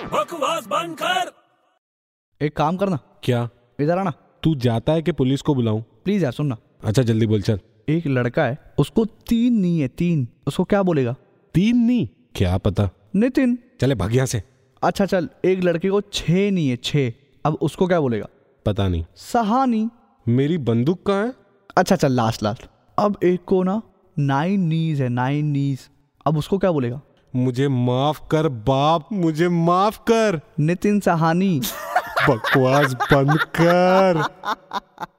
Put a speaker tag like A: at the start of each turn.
A: आवाज बंद कर
B: एक काम करना
C: क्या
B: इधर आना
C: तू जाता है कि पुलिस को बुलाऊं
B: प्लीज यार सुनना
C: अच्छा जल्दी बोल चल
B: एक लड़का है उसको तीन नहीं है तीन उसको क्या बोलेगा
C: तीन नहीं क्या पता
B: नितिन
C: चले भाग यहाँ से
B: अच्छा चल एक लड़के को छः नहीं है छः अब उसको क्या बोलेगा
C: पता नहीं
B: सहानी
C: मेरी बंदूक कहाँ है
B: अच्छा चल लास्ट लास्ट अब एक को ना नाइन नीज है नाइन नीज अब उसको क्या बोलेगा
C: मुझे माफ कर बाप मुझे माफ कर
B: नितिन सहानी
C: बकवास बंद कर